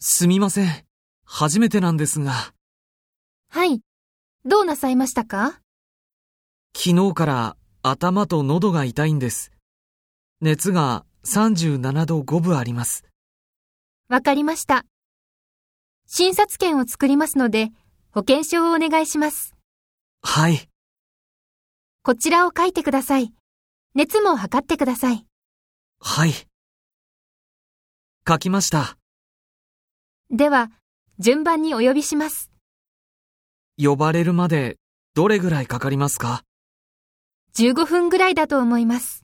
すみません。初めてなんですが、はい。どうなさいましたか昨日から頭と喉が痛いんです。熱が37度5分あります。わかりました。診察券を作りますので、保険証をお願いします。はい。こちらを書いてください。熱も測ってください。はい。書きました。では、順番にお呼びします。呼ばれるまでどれぐらいかかりますか15分ぐらいだと思います。